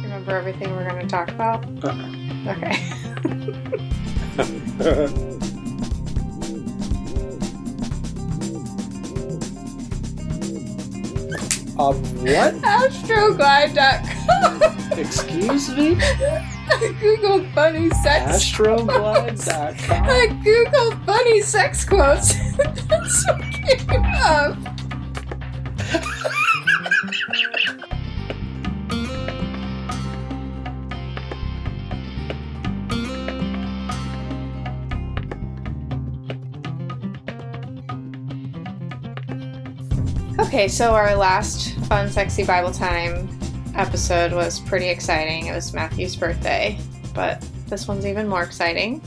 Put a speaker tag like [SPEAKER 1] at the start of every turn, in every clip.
[SPEAKER 1] remember everything we're going to talk about? Okay.
[SPEAKER 2] Uh, what?
[SPEAKER 1] Astroglide.com.
[SPEAKER 2] Excuse me?
[SPEAKER 1] I googled bunny sex.
[SPEAKER 2] Astroglide.com?
[SPEAKER 1] I googled bunny sex quotes. That's what came up. Okay, so our last fun, sexy Bible time episode was pretty exciting. It was Matthew's birthday, but this one's even more exciting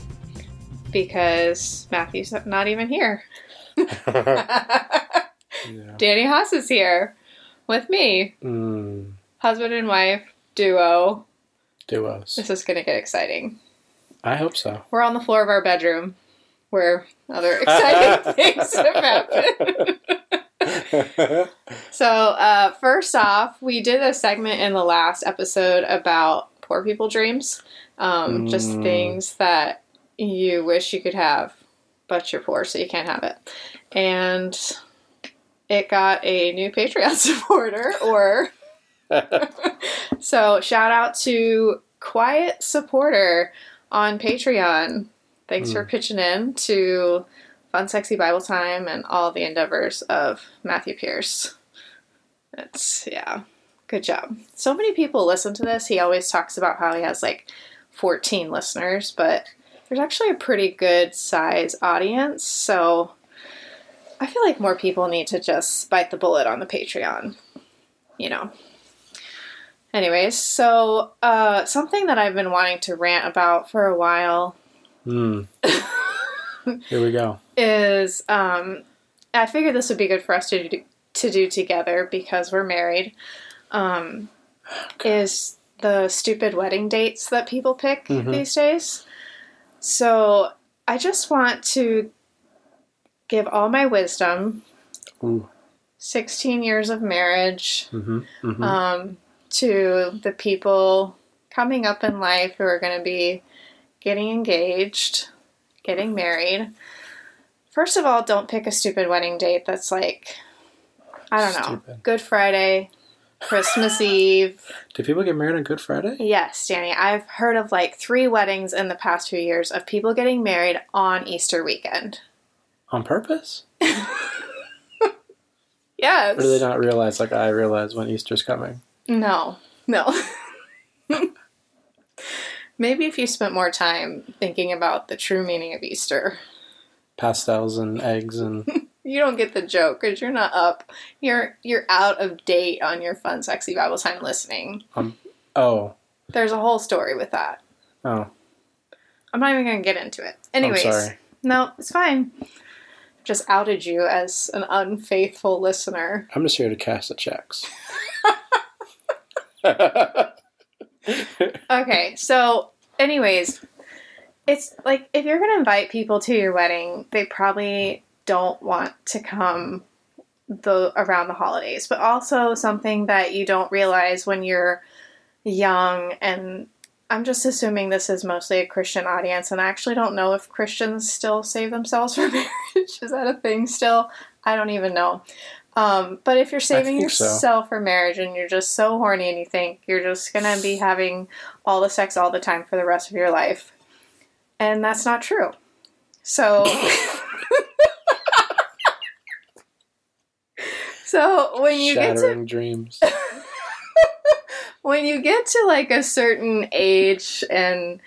[SPEAKER 1] because Matthew's not even here. Danny
[SPEAKER 2] Yeah.
[SPEAKER 1] Haas is here with me,
[SPEAKER 2] Mm,
[SPEAKER 1] husband and wife duo.
[SPEAKER 2] duos.
[SPEAKER 1] This is going to get exciting.
[SPEAKER 2] I hope so.
[SPEAKER 1] We're on the floor of our bedroom where other exciting things have happened. So, uh, first off, we did a segment in the last episode about poor people dreams. Um, Just
[SPEAKER 2] Mm.
[SPEAKER 1] things that you wish you could have, but you're poor, so you can't have it. And it got a new Patreon supporter, or. so, shout out to Quiet Supporter on Patreon. Thanks for pitching in to Fun Sexy Bible Time and all the endeavors of Matthew Pierce. That's yeah. Good job. So many people listen to this. He always talks about how he has like 14 listeners, but there's actually a pretty good size audience. So I feel like more people need to just bite the bullet on the Patreon, you know. Anyways, so uh, something that I've been wanting to rant about for a while
[SPEAKER 2] Mm. Here we go.
[SPEAKER 1] is um, I figured this would be good for us to do, to do together because we're married. Um, is the stupid wedding dates that people pick
[SPEAKER 2] Mhm.
[SPEAKER 1] these days? So I just want to give all my wisdom,
[SPEAKER 2] Ooh.
[SPEAKER 1] sixteen years of marriage,
[SPEAKER 2] hmm hmm
[SPEAKER 1] um, to the people coming up in life who are going to be getting engaged, getting married. First of all, don't pick a stupid wedding date that's like, I don't know,
[SPEAKER 2] Stupid.
[SPEAKER 1] Good Friday, Christmas Eve.
[SPEAKER 2] Do people get married on Good Friday?
[SPEAKER 1] Yes, Danny, I've heard of like three weddings in the past few years of people getting married on Easter weekend.
[SPEAKER 2] On purpose?
[SPEAKER 1] Yes.
[SPEAKER 2] Or do they not realize, like I realize, when Easter's coming?
[SPEAKER 1] No, no. Maybe if you spent more time thinking about the true meaning of Easter,
[SPEAKER 2] Pastels and eggs and.
[SPEAKER 1] you don't get the joke because you're not up. You're you're out of date on your fun, sexy Bible time listening.
[SPEAKER 2] Oh.
[SPEAKER 1] There's a whole story with that.
[SPEAKER 2] Oh.
[SPEAKER 1] I'm not even gonna get into it. Anyways,
[SPEAKER 2] I'm sorry.
[SPEAKER 1] no, it's fine. Just outed you as an unfaithful listener.
[SPEAKER 2] I'm just here to cash the checks.
[SPEAKER 1] Okay, so anyways, it's like if you're gonna invite people to your wedding, they probably don't want to come the around the holidays. But also something that you don't realize when you're young and I'm just assuming this is mostly a Christian audience and I actually don't know if Christians still save themselves for marriage. is that a thing still? I don't even know. Um, but if you're saving
[SPEAKER 2] think so.
[SPEAKER 1] yourself for marriage and you're just so horny and you think you're just gonna be having all the sex all the time for the rest of your life. And that's not true. So So when you get to
[SPEAKER 2] Shattering dreams. Oh,
[SPEAKER 1] when you get to like a certain age and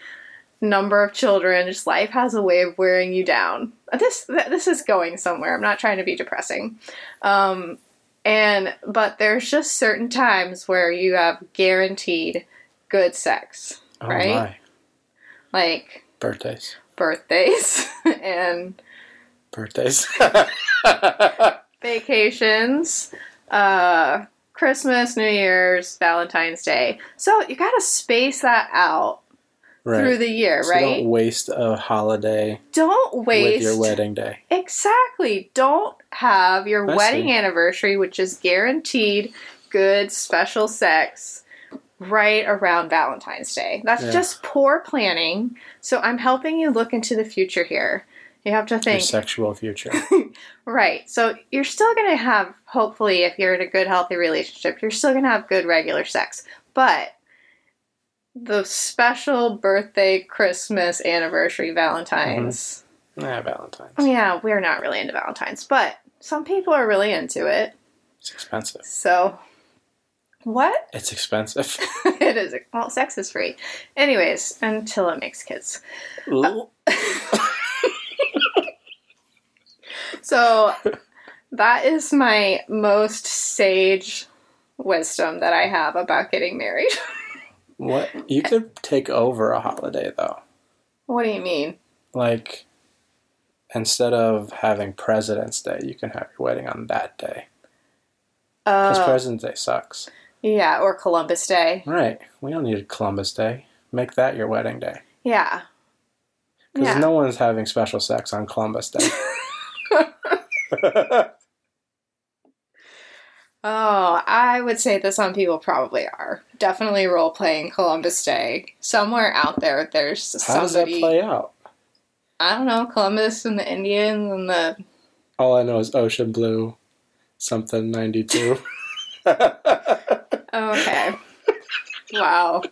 [SPEAKER 1] number of children, just life has a way of wearing you down. This th- this is going somewhere. I'm not trying to be depressing, um, and but there's just certain times where you have guaranteed good sex,
[SPEAKER 2] Oh
[SPEAKER 1] Right?
[SPEAKER 2] my.
[SPEAKER 1] like
[SPEAKER 2] Birthdays.
[SPEAKER 1] birthdays and
[SPEAKER 2] Birthdays.
[SPEAKER 1] vacations. Uh, Christmas, New Year's, Valentine's Day. So you gotta space that out
[SPEAKER 2] right.
[SPEAKER 1] through the year,
[SPEAKER 2] So
[SPEAKER 1] right?
[SPEAKER 2] don't waste a holiday
[SPEAKER 1] don't
[SPEAKER 2] with your
[SPEAKER 1] waste
[SPEAKER 2] wedding day.
[SPEAKER 1] exactly don't have your
[SPEAKER 2] I
[SPEAKER 1] wedding
[SPEAKER 2] see.
[SPEAKER 1] anniversary which is guaranteed good special sex right around Valentine's Day. That's
[SPEAKER 2] Yeah.
[SPEAKER 1] just poor planning. So I'm helping you look into the future here. You have to
[SPEAKER 2] Your
[SPEAKER 1] think.
[SPEAKER 2] sexual future.
[SPEAKER 1] Right. So you're still going to have, hopefully, if you're in a good, healthy relationship, you're still going to have good, regular sex. But the special birthday, Christmas, anniversary, Valentine's. oh,
[SPEAKER 2] nah, Valentine's.
[SPEAKER 1] Yeah, we're not really into Valentine's, but some people are really into it.
[SPEAKER 2] It's expensive.
[SPEAKER 1] So, what?
[SPEAKER 2] It's expensive.
[SPEAKER 1] it is. Well, sex is free. Anyways, until it makes kids.
[SPEAKER 2] Ooh.
[SPEAKER 1] So that is my most sage wisdom that I have about getting married.
[SPEAKER 2] what? You could take over a holiday though.
[SPEAKER 1] what do you mean?
[SPEAKER 2] Like instead of having President's Day, you can have your wedding on that day. Because
[SPEAKER 1] Oh,
[SPEAKER 2] President's Day sucks.
[SPEAKER 1] yeah, or Columbus Day.
[SPEAKER 2] Right. We don't need Columbus Day. Make that your wedding day.
[SPEAKER 1] Yeah.
[SPEAKER 2] Because
[SPEAKER 1] Yeah.
[SPEAKER 2] no one's having special sex on Columbus Day.
[SPEAKER 1] Oh, I would say that some people probably are. Definitely role playing Columbus Day. Somewhere out there, there's somebody.
[SPEAKER 2] How does that play out?
[SPEAKER 1] I don't know, Columbus and the Indians and the.
[SPEAKER 2] All I know is Ocean Blue, something 92.
[SPEAKER 1] oh, Okay. wow.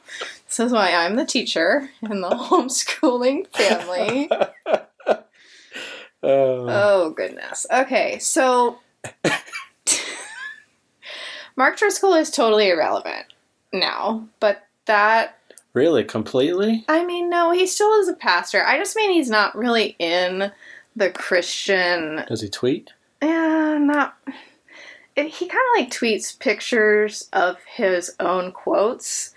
[SPEAKER 1] This is why I'm the teacher in the homeschooling family.
[SPEAKER 2] Uh,
[SPEAKER 1] Oh goodness. Okay, so Mark Driscoll is totally irrelevant now, but that
[SPEAKER 2] really? Completely?
[SPEAKER 1] I mean, no, he still is a pastor. I just mean he's not really in the Christian.
[SPEAKER 2] Does he tweet?
[SPEAKER 1] Yeah, not. It, he kind of like tweets pictures of his own quotes,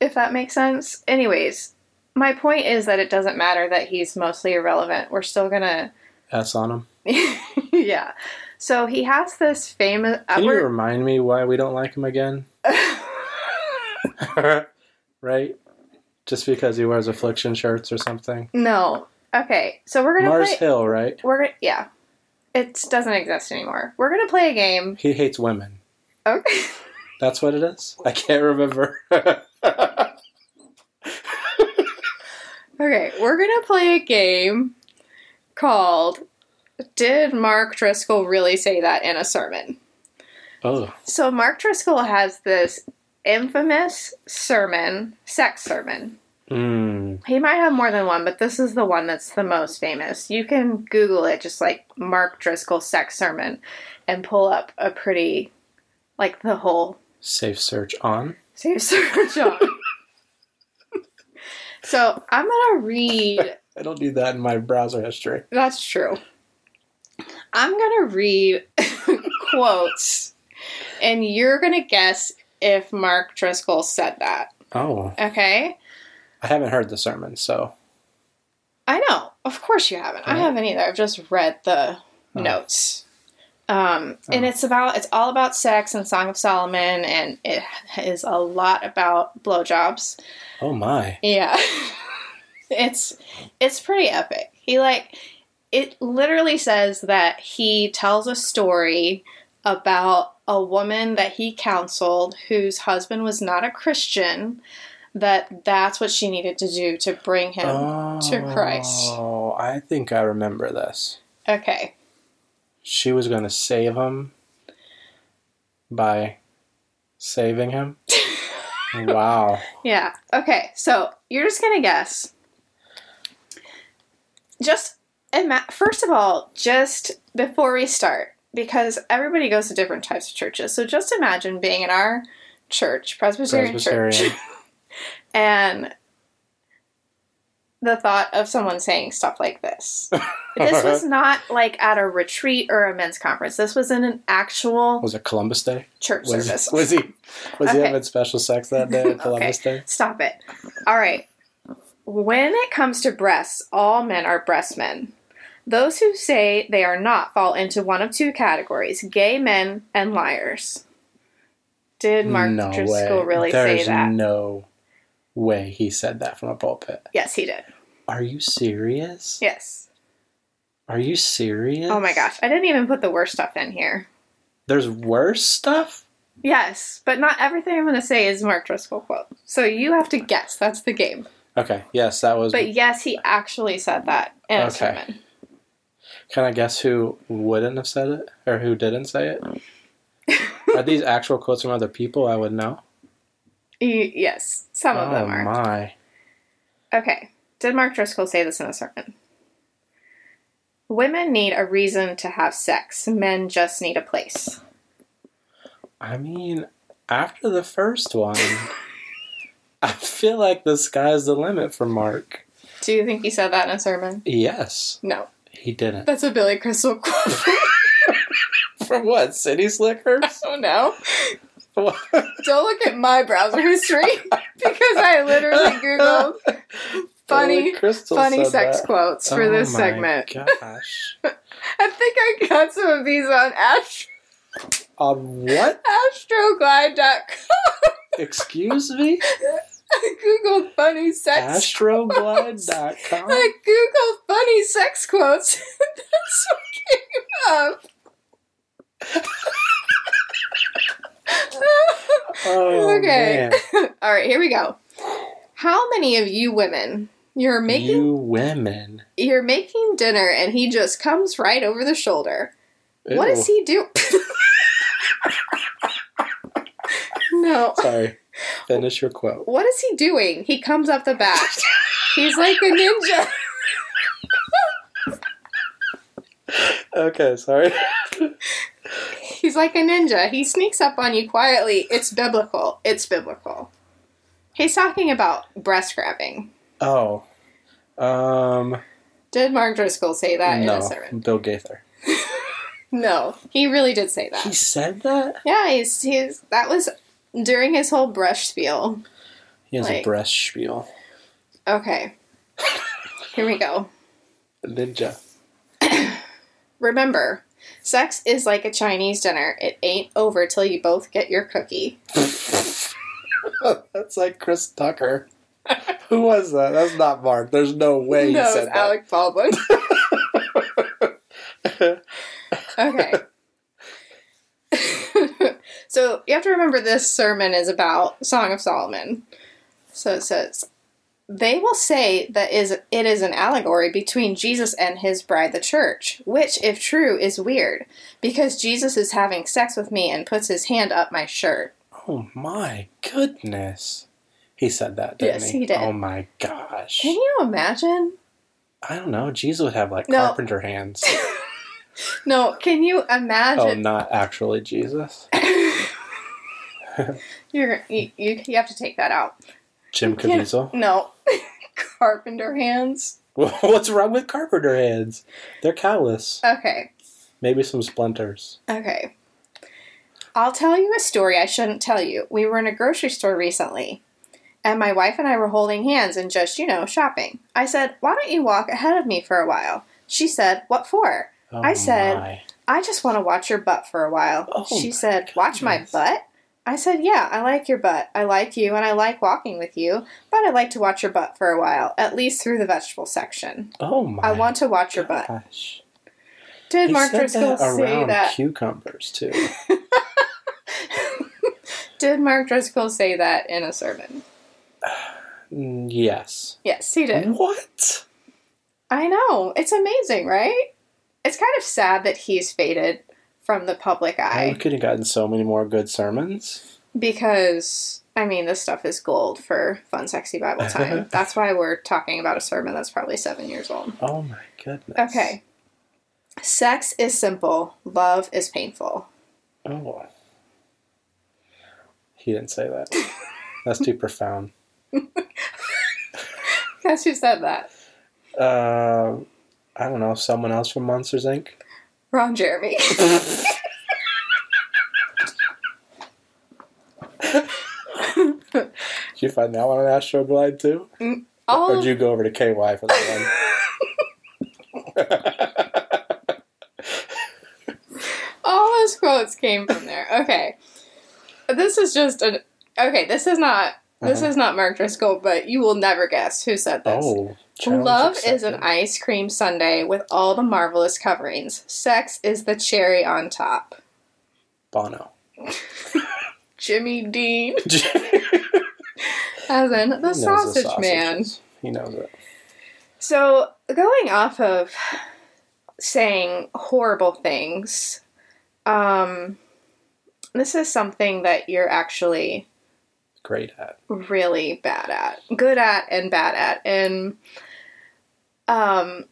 [SPEAKER 1] if that makes sense. Anyways, my point is that it doesn't matter that he's mostly irrelevant. We're still gonna
[SPEAKER 2] S on him?
[SPEAKER 1] yeah. So he has this famous.
[SPEAKER 2] Can you
[SPEAKER 1] we're-
[SPEAKER 2] remind me why we don't like him again? right? Just because he wears affliction shirts or something?
[SPEAKER 1] no. Okay. So we're gonna
[SPEAKER 2] Mars
[SPEAKER 1] play.
[SPEAKER 2] Hill, right?
[SPEAKER 1] We're gonna yeah. It doesn't exist anymore. We're gonna play a game.
[SPEAKER 2] He hates women.
[SPEAKER 1] Okay.
[SPEAKER 2] That's what it is? I can't remember.
[SPEAKER 1] Okay. We're gonna play a game called "Did Mark Driscoll really say that in a sermon?"
[SPEAKER 2] oh,
[SPEAKER 1] So Mark Driscoll has this infamous sermon, sex sermon.
[SPEAKER 2] mm,
[SPEAKER 1] He might have more than one, but this is the one that's the most famous. You can Google it, just like Mark Driscoll sex sermon, and pull up a pretty, like the whole
[SPEAKER 2] safe search on.
[SPEAKER 1] save search on. so I'm gonna read.
[SPEAKER 2] I don't do that in my browser history.
[SPEAKER 1] That's true. I'm gonna read quotes, and you're gonna guess if Mark Driscoll said that.
[SPEAKER 2] Oh,
[SPEAKER 1] Okay.
[SPEAKER 2] I haven't heard the sermon, so
[SPEAKER 1] I know. Of course you haven't. I
[SPEAKER 2] Right.
[SPEAKER 1] haven't either. I've just read the
[SPEAKER 2] Oh.
[SPEAKER 1] notes. Um, And
[SPEAKER 2] Oh.
[SPEAKER 1] it's about it's all about sex and Song of Solomon, and it is a lot about blowjobs.
[SPEAKER 2] oh my.
[SPEAKER 1] Yeah, it's it's pretty epic. He like it literally says that he tells a story about a woman that he counseled whose husband was not a Christian. That that's what she needed to do to bring him
[SPEAKER 2] Oh,
[SPEAKER 1] to Christ.
[SPEAKER 2] Oh, I think I remember this.
[SPEAKER 1] Okay.
[SPEAKER 2] She was going to save him by saving him. wow.
[SPEAKER 1] Yeah. Okay. So you're just gonna guess. Just ima- first of all, just before we start, because everybody goes to different types of churches. So just imagine being in our church, Presbyterian,
[SPEAKER 2] Presbyterian.
[SPEAKER 1] church, and the thought of someone saying stuff like this. this was not like at a retreat or a men's conference. This was in an actual
[SPEAKER 2] Was it Columbus Day?
[SPEAKER 1] church
[SPEAKER 2] Was,
[SPEAKER 1] service.
[SPEAKER 2] was he was he
[SPEAKER 1] Okay.
[SPEAKER 2] having special sex that day at Columbus Day?
[SPEAKER 1] Stop it. All right. When it comes to breasts, all men are breast men. Those who say they are not fall into one of two categories gay men and liars. Did Mark
[SPEAKER 2] no
[SPEAKER 1] Driscoll
[SPEAKER 2] way.
[SPEAKER 1] really
[SPEAKER 2] There's
[SPEAKER 1] say that?
[SPEAKER 2] no way he said that from a pulpit.
[SPEAKER 1] yes, he did.
[SPEAKER 2] Are you serious?
[SPEAKER 1] Yes.
[SPEAKER 2] Are you serious?
[SPEAKER 1] Oh my gosh. I didn't even put the worst stuff in here.
[SPEAKER 2] There's worse stuff?
[SPEAKER 1] Yes, but not everything I'm going to say is Mark Driscoll quote. So you have to guess. That's the game.
[SPEAKER 2] Okay. Yes, that was.
[SPEAKER 1] But yes, he actually said that in a
[SPEAKER 2] Okay.
[SPEAKER 1] sermon.
[SPEAKER 2] Can I guess who wouldn't have said it or who didn't say it? are these actual quotes from other people? I would know.
[SPEAKER 1] Y- yes, some of
[SPEAKER 2] oh
[SPEAKER 1] them are.
[SPEAKER 2] my!
[SPEAKER 1] Okay. Did Mark Driscoll say this in a sermon? Women need a reason to have sex. Men just need a place.
[SPEAKER 2] I mean, after the first one, I feel like the sky's the limit for Mark.
[SPEAKER 1] Do you think he said that in a sermon?
[SPEAKER 2] Yes,
[SPEAKER 1] No.
[SPEAKER 2] he didn't.
[SPEAKER 1] That's a Billy Crystal quote.
[SPEAKER 2] From what? City Slickers?
[SPEAKER 1] oh no.
[SPEAKER 2] What?
[SPEAKER 1] Don't look at my browser history because I literally Googled funny,
[SPEAKER 2] Billy Crystal
[SPEAKER 1] funny
[SPEAKER 2] said
[SPEAKER 1] sex
[SPEAKER 2] that.
[SPEAKER 1] quotes for
[SPEAKER 2] Oh
[SPEAKER 1] this
[SPEAKER 2] my
[SPEAKER 1] segment.
[SPEAKER 2] Gosh.
[SPEAKER 1] I think I got some of these on ast-
[SPEAKER 2] Um, what?
[SPEAKER 1] astroglide.com.
[SPEAKER 2] Excuse me?
[SPEAKER 1] I Googled funny sex
[SPEAKER 2] Astroglide.com?
[SPEAKER 1] I googled funny sex quotes. That's what came up.
[SPEAKER 2] Oh,
[SPEAKER 1] Okay.
[SPEAKER 2] man.
[SPEAKER 1] All right, here we go. How many of you women you're making
[SPEAKER 2] You women.
[SPEAKER 1] you... are making dinner and he just comes right over the shoulder? What
[SPEAKER 2] Ew.
[SPEAKER 1] does he do? no.
[SPEAKER 2] Sorry. Finish your quote.
[SPEAKER 1] What is he doing? He comes up the back. He's like a ninja.
[SPEAKER 2] Okay, sorry.
[SPEAKER 1] He's like a ninja. He sneaks up on you quietly. It's biblical. It's biblical. He's talking about breast grabbing.
[SPEAKER 2] Oh. Um,
[SPEAKER 1] Did Mark Driscoll say that in a
[SPEAKER 2] no.
[SPEAKER 1] sermon?
[SPEAKER 2] Bill Gaither.
[SPEAKER 1] No, he really did say that.
[SPEAKER 2] He said that?
[SPEAKER 1] yeah, he's, he's that was during his whole brush spiel.
[SPEAKER 2] He has a
[SPEAKER 1] Like-
[SPEAKER 2] breast spiel.
[SPEAKER 1] Okay, here we go.
[SPEAKER 2] Ninja.
[SPEAKER 1] Remember, sex is like a Chinese dinner. It ain't over till you both get your cookie.
[SPEAKER 2] That's like Chris Tucker. Who was that? That's not Mark. There's no way he
[SPEAKER 1] no, it's
[SPEAKER 2] said that.
[SPEAKER 1] Alec Baldwin. okay. so you have to remember this sermon is about Song of Solomon. So it says, "They will say that is it is an allegory between Jesus and his bride, the church, which, if true, is weird because Jesus is having sex with me and puts his hand up my shirt."
[SPEAKER 2] Oh my goodness. He said that, didn't
[SPEAKER 1] Yes,
[SPEAKER 2] he?
[SPEAKER 1] he did.
[SPEAKER 2] Oh my gosh.
[SPEAKER 1] Can you imagine?
[SPEAKER 2] I don't know. Jesus would have like
[SPEAKER 1] No.
[SPEAKER 2] carpenter hands.
[SPEAKER 1] No, can you
[SPEAKER 2] oh,
[SPEAKER 1] imagine?
[SPEAKER 2] not actually Jesus. Oh,
[SPEAKER 1] You're, you you you have to take that out.
[SPEAKER 2] Jim
[SPEAKER 1] Can't-
[SPEAKER 2] Caviezel.
[SPEAKER 1] No, carpenter hands.
[SPEAKER 2] What's wrong with carpenter hands? They're callous.
[SPEAKER 1] Okay.
[SPEAKER 2] Maybe some splinters.
[SPEAKER 1] Okay. I'll tell you a story I shouldn't tell you. We were in a grocery store recently, and my wife and I were holding hands and just, you know, shopping. I said, Why don't you walk ahead of me for a while? She said, What for?
[SPEAKER 2] Oh
[SPEAKER 1] I said-
[SPEAKER 2] my.
[SPEAKER 1] I just want to watch your butt for a while.
[SPEAKER 2] Oh my
[SPEAKER 1] she said, Watch my
[SPEAKER 2] goodness.
[SPEAKER 1] butt? I said, Yeah, I like your butt. I like you, and I like walking with you, but I like to watch your butt for a while, at least through the vegetable section.
[SPEAKER 2] Oh my.
[SPEAKER 1] I want to watch your butt.
[SPEAKER 2] Gosh.
[SPEAKER 1] Did
[SPEAKER 2] He
[SPEAKER 1] Mark
[SPEAKER 2] said
[SPEAKER 1] Driscoll
[SPEAKER 2] that
[SPEAKER 1] say
[SPEAKER 2] around
[SPEAKER 1] that?
[SPEAKER 2] cucumbers too.
[SPEAKER 1] Did Mark Driscoll say that in a sermon?
[SPEAKER 2] Mm, yes.
[SPEAKER 1] Yes, he
[SPEAKER 2] Mm-hmm.
[SPEAKER 1] did.
[SPEAKER 2] What?
[SPEAKER 1] I know. It's amazing, right? It's kind of sad that he's faded from the public
[SPEAKER 2] I
[SPEAKER 1] eye
[SPEAKER 2] could have gotten so many more good sermons.
[SPEAKER 1] because, I mean, this stuff is gold for fun, sexy Bible time. that's why we're talking about a sermon that's probably seven years old.
[SPEAKER 2] Oh my goodness.
[SPEAKER 1] Okay. Sex is simple, love is painful.
[SPEAKER 2] Oh. He didn't say that. That's too profound.
[SPEAKER 1] Guess who said that?
[SPEAKER 2] Uh, I don't know. Someone else from Monsters Inc.
[SPEAKER 1] Ron Jeremy.
[SPEAKER 2] Did you find that one on Astroglide too, or
[SPEAKER 1] All
[SPEAKER 2] did you go over to KY for that
[SPEAKER 1] All his quotes came from there. Okay. This is just an okay, this is not this
[SPEAKER 2] Uh-huh.
[SPEAKER 1] is not Mark Driscoll, but you will never guess who said
[SPEAKER 2] one?
[SPEAKER 1] this.
[SPEAKER 2] oh, challenge
[SPEAKER 1] Love is
[SPEAKER 2] accepted.
[SPEAKER 1] an ice cream sundae with all the marvelous coverings. Sex is the cherry on top.
[SPEAKER 2] Bono.
[SPEAKER 1] Jimmy Dean,
[SPEAKER 2] Jimmy
[SPEAKER 1] as in the
[SPEAKER 2] knows
[SPEAKER 1] sausage, Man.
[SPEAKER 2] sausages. He knows it.
[SPEAKER 1] So, going off of saying horrible things, um, this is something that you're actually
[SPEAKER 2] Great at.
[SPEAKER 1] really bad at, good at, and bad at. And um,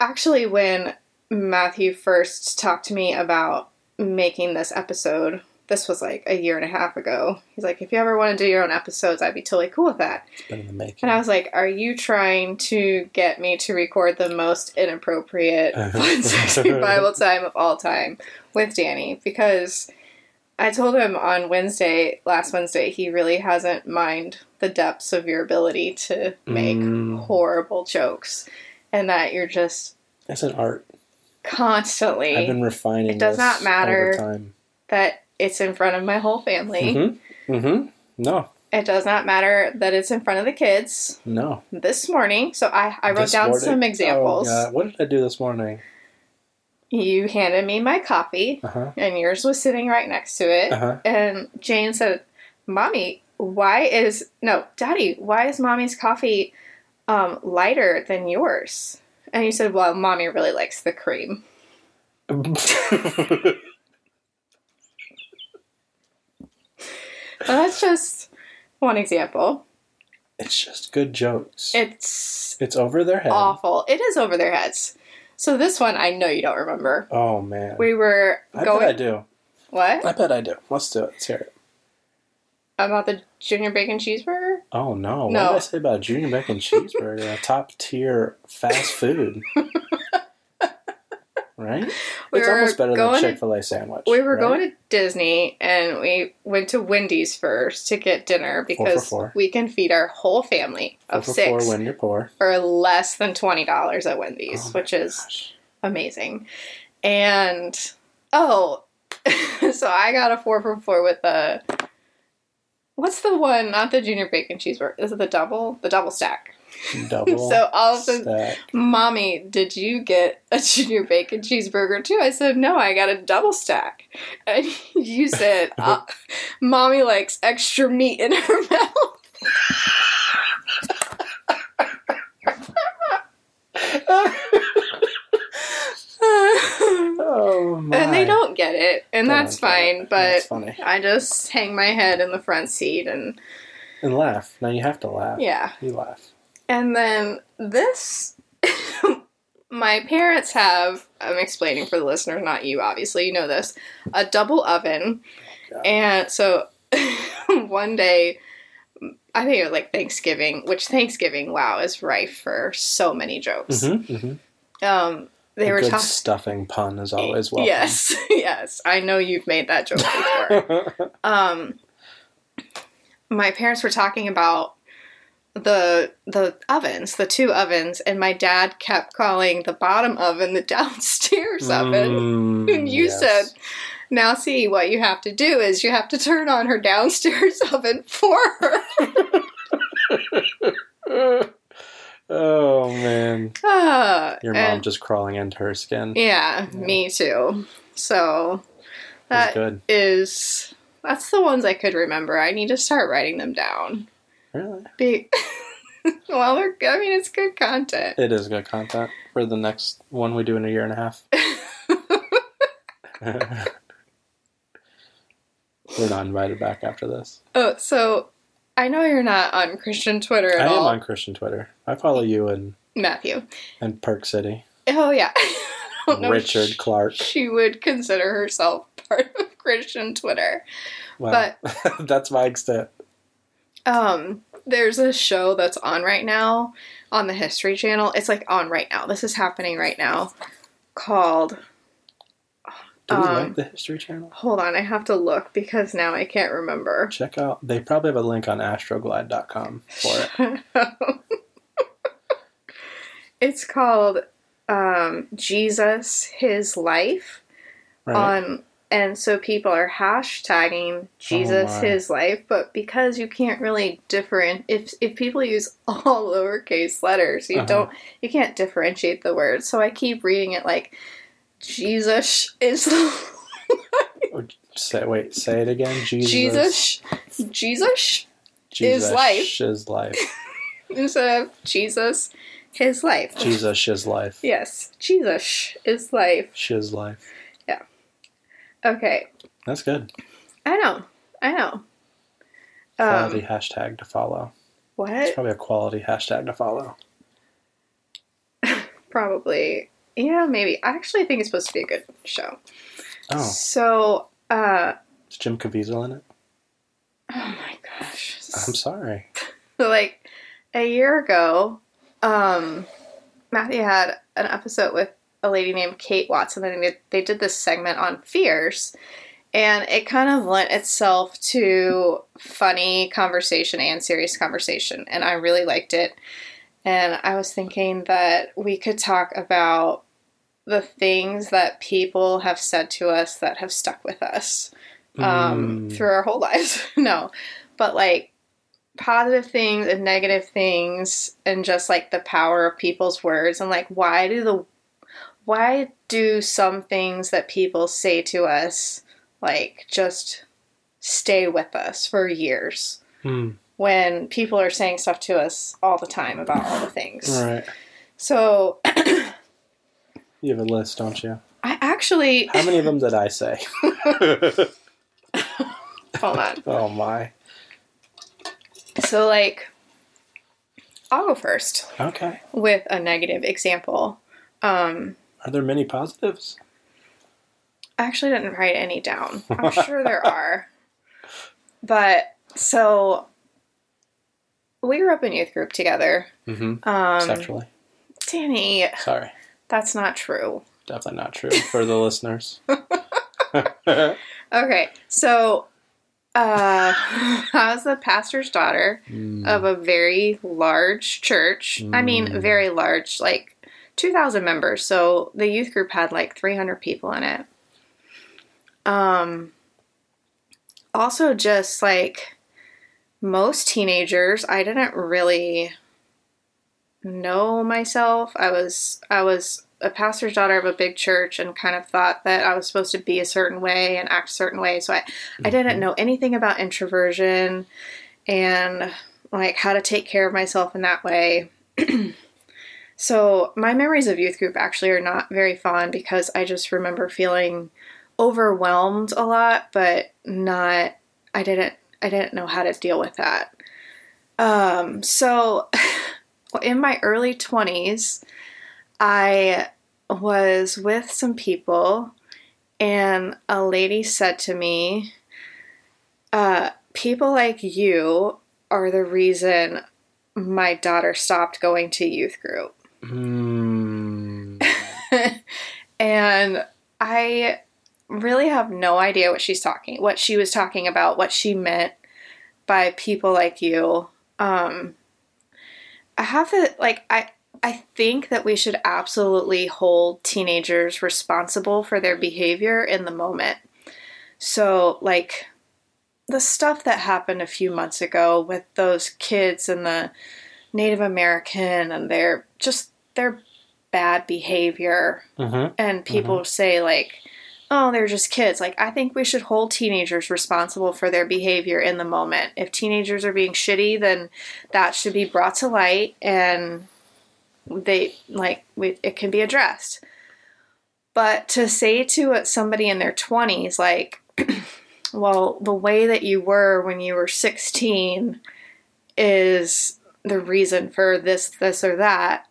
[SPEAKER 1] actually, when Matthew first talked to me about making this episode, this was like a year and a half ago. He's like, if you ever want to do your own episodes, I'd be totally cool with that.
[SPEAKER 2] It's been in the making.
[SPEAKER 1] And I was like, Are you trying to get me to record the most inappropriate
[SPEAKER 2] Uh-huh.
[SPEAKER 1] fun sexy Bible time of all time with Danny? Because I told him on Wednesday, last Wednesday, he really hasn't mined the depths of your ability to make
[SPEAKER 2] Mm.
[SPEAKER 1] horrible jokes and that you're just
[SPEAKER 2] It's an art.
[SPEAKER 1] constantly
[SPEAKER 2] I've been refining.
[SPEAKER 1] It does
[SPEAKER 2] this
[SPEAKER 1] not matter.
[SPEAKER 2] Over time.
[SPEAKER 1] that it's in front of my whole family.
[SPEAKER 2] Mm-hmm. Mm-hmm. No.
[SPEAKER 1] It does not matter that it's in front of the kids
[SPEAKER 2] No.
[SPEAKER 1] this morning. So I, I wrote
[SPEAKER 2] This
[SPEAKER 1] down
[SPEAKER 2] morning-
[SPEAKER 1] some examples.
[SPEAKER 2] Oh, God. What did I do this morning?
[SPEAKER 1] you handed me my copy
[SPEAKER 2] Uh huh.
[SPEAKER 1] and yours was sitting right next to it
[SPEAKER 2] Uh huh.
[SPEAKER 1] and jane said mommy why is no daddy why is mommy's coffee um, lighter than yours and you said well mommy really likes the cream Well, that's just one example
[SPEAKER 2] it's just good jokes.
[SPEAKER 1] it's
[SPEAKER 2] it's over their head.
[SPEAKER 1] awful it is over their heads so this one i know you don't remember
[SPEAKER 2] Oh man.
[SPEAKER 1] we were
[SPEAKER 2] I bet I
[SPEAKER 1] going
[SPEAKER 2] do.
[SPEAKER 1] what
[SPEAKER 2] I bet I do. Let's do it. Let's hear it.
[SPEAKER 1] about the junior bacon cheeseburger
[SPEAKER 2] Oh no. What
[SPEAKER 1] No.
[SPEAKER 2] did I say about junior bacon cheeseburger? a top tier fast food. right?
[SPEAKER 1] We
[SPEAKER 2] it's
[SPEAKER 1] were
[SPEAKER 2] almost better than
[SPEAKER 1] going to-
[SPEAKER 2] Chick fil A sandwich.
[SPEAKER 1] We were
[SPEAKER 2] right?
[SPEAKER 1] going to Disney and we went to Wendy's first to get dinner
[SPEAKER 2] for
[SPEAKER 1] because
[SPEAKER 2] four.
[SPEAKER 1] we can feed our whole family
[SPEAKER 2] Four
[SPEAKER 1] of
[SPEAKER 2] for
[SPEAKER 1] six
[SPEAKER 2] Four when you're poor.
[SPEAKER 1] for less than $20 at Wendy's,
[SPEAKER 2] Oh my
[SPEAKER 1] which is
[SPEAKER 2] Gosh.
[SPEAKER 1] amazing. And oh, so I got a four for four with a. What's the one? Not the junior bacon cheeseburger. Is it the double? The double stack.
[SPEAKER 2] Double.
[SPEAKER 1] so all of a sudden,
[SPEAKER 2] stack.
[SPEAKER 1] Mommy, did you get a junior bacon cheeseburger too? I said, No, I got a double stack. And you said, uh, Mommy likes extra meat in her mouth.
[SPEAKER 2] Oh my.
[SPEAKER 1] and they don't get it, and
[SPEAKER 2] They
[SPEAKER 1] that's
[SPEAKER 2] don't get it.
[SPEAKER 1] fine,
[SPEAKER 2] That's
[SPEAKER 1] but
[SPEAKER 2] funny.
[SPEAKER 1] I just hang my head in the front seat and
[SPEAKER 2] And laugh. Now you have to laugh.
[SPEAKER 1] yeah.
[SPEAKER 2] You laugh.
[SPEAKER 1] And then this, my parents have, I'm explaining for the listeners, not you, obviously, you know this, a double oven.
[SPEAKER 2] God.
[SPEAKER 1] and so one day, I think it was like Thanksgiving, which Thanksgiving, wow, is rife for so many jokes.
[SPEAKER 2] Mm-hmm. hmm
[SPEAKER 1] Um, they
[SPEAKER 2] a
[SPEAKER 1] were
[SPEAKER 2] good
[SPEAKER 1] talking.
[SPEAKER 2] stuffing pun is always welcome.
[SPEAKER 1] Yes, yes. I know you've made that joke before. um, my parents were talking about the the ovens, the two ovens, and my dad kept calling the bottom oven the downstairs oven.
[SPEAKER 2] Mm,
[SPEAKER 1] And you said- Now see what you have to do is you have to turn on her downstairs oven for her.
[SPEAKER 2] oh man,
[SPEAKER 1] Ah,
[SPEAKER 2] your mom
[SPEAKER 1] and-
[SPEAKER 2] just crawling into her skin.
[SPEAKER 1] yeah,
[SPEAKER 2] Yeah.
[SPEAKER 1] me too. So
[SPEAKER 2] That's
[SPEAKER 1] that
[SPEAKER 2] good.
[SPEAKER 1] is that's the ones I could remember. I need to start writing them down.
[SPEAKER 2] Really,
[SPEAKER 1] Be well, they're, I mean, it's good content.
[SPEAKER 2] it is good content for the next one we do in a year and a half. We're not invited back after this.
[SPEAKER 1] Oh, so I know you're not on Christian Twitter
[SPEAKER 2] I
[SPEAKER 1] at
[SPEAKER 2] am
[SPEAKER 1] all,
[SPEAKER 2] on Christian Twitter. I follow you and
[SPEAKER 1] Matthew.
[SPEAKER 2] and Perk City.
[SPEAKER 1] Oh yeah, I don't know if
[SPEAKER 2] Richard
[SPEAKER 1] Oh, sh-
[SPEAKER 2] Clark.
[SPEAKER 1] She would consider herself part of Christian Twitter.
[SPEAKER 2] Well, that's my extent.
[SPEAKER 1] Um, there's a show that's on right now on the History Channel. It's like on right now. This is happening right now. Called.
[SPEAKER 2] Do we
[SPEAKER 1] um,
[SPEAKER 2] like the History Channel?
[SPEAKER 1] Hold on, I have to look because now I can't remember.
[SPEAKER 2] Check out. They probably have a link on astroglide.com for it.
[SPEAKER 1] it's called um, Jesus, His Life.
[SPEAKER 2] Right?
[SPEAKER 1] on Um, and so people are hashtagging Jesus
[SPEAKER 2] Oh my.
[SPEAKER 1] his life, but because you can't really different if if people use all lowercase letters, you
[SPEAKER 2] Uh-huh.
[SPEAKER 1] don't you can't differentiate the words. So I keep reading it like Jesus is
[SPEAKER 2] Or- Say wait, say it again. Jesus.
[SPEAKER 1] Jesus, Jesus
[SPEAKER 2] Jesus
[SPEAKER 1] is life.
[SPEAKER 2] Is life.
[SPEAKER 1] instead of Jesus, his life.
[SPEAKER 2] Jesus is life.
[SPEAKER 1] Yes, Jesus is life.
[SPEAKER 2] Shiz life.
[SPEAKER 1] Okay,
[SPEAKER 2] That's good.
[SPEAKER 1] I know, I know.
[SPEAKER 2] Quality
[SPEAKER 1] Um,
[SPEAKER 2] hashtag to follow. It's
[SPEAKER 1] what?
[SPEAKER 2] probably a quality hashtag to follow.
[SPEAKER 1] Probably. Yeah, maybe. I actually think it's supposed to be a good show.
[SPEAKER 2] Oh,
[SPEAKER 1] So, uh,
[SPEAKER 2] is Jim Caviezel in it?
[SPEAKER 1] oh my gosh.
[SPEAKER 2] I'm sorry.
[SPEAKER 1] like a year ago, um, Matthew had an episode with a lady named Kate Watson, and they, they did this segment on fears, and it kind of lent itself to funny conversation and serious conversation, and I really liked it. And I was thinking that we could talk about the things that people have said to us that have stuck with us um,
[SPEAKER 2] Mm,
[SPEAKER 1] through our whole lives. no, but like positive things and negative things, and just like the power of people's words, and like why do the why do some things that people say to us like just stay with us for years
[SPEAKER 2] mm,
[SPEAKER 1] when people are saying stuff to us all the time about all the things.
[SPEAKER 2] all right.
[SPEAKER 1] So I
[SPEAKER 2] You have a list, don't you?
[SPEAKER 1] actually
[SPEAKER 2] How many of them did I say?
[SPEAKER 1] hold on.
[SPEAKER 2] oh my.
[SPEAKER 1] So like I'll go first
[SPEAKER 2] Okay.
[SPEAKER 1] with a negative example. Um
[SPEAKER 2] Are there many positives?
[SPEAKER 1] I actually didn't write any down. I'm sure there are. But so we grew up in youth group together.
[SPEAKER 2] Mm-hmm.
[SPEAKER 1] Um,
[SPEAKER 2] Sexually.
[SPEAKER 1] Danny,
[SPEAKER 2] Sorry.
[SPEAKER 1] that's not true.
[SPEAKER 2] Definitely not true for the listeners.
[SPEAKER 1] Okay, so uh, I was the pastor's daughter
[SPEAKER 2] Mm,
[SPEAKER 1] of a very large church. I mean,
[SPEAKER 2] Mm.
[SPEAKER 1] very large, like 2,000 members. So the youth group had like 300 people in it. Um, also, just like most teenagers, I didn't really know myself. I was I was a pastor's daughter of a big church and kind of thought that I was supposed to be a certain way and act a certain way. So I, I didn't know anything about introversion and like how to take care of myself in that way. so my memories of youth group actually are not very fond because I just remember feeling overwhelmed a lot, but not I didn't I didn't know how to deal with that. Um so in my early 20s I was with some people and a lady said to me uh people like you are the reason my daughter stopped going to youth group.
[SPEAKER 2] Mm.
[SPEAKER 1] and I really have no idea what she's talking, what she was talking about, what she meant by people like you. Um, I have to like I I think that we should absolutely hold teenagers responsible for their behavior in the moment. So like the stuff that happened a few months ago with those kids and the Native American and their just their bad behavior
[SPEAKER 2] Mhm.
[SPEAKER 1] and people say like oh they're just kids like i think we should hold teenagers responsible for their behavior in the moment if teenagers are being shitty then that should be brought to light and they like we, it can be addressed but to say to somebody in their 20s like well the way that you were when you were 16 is the reason for this this or that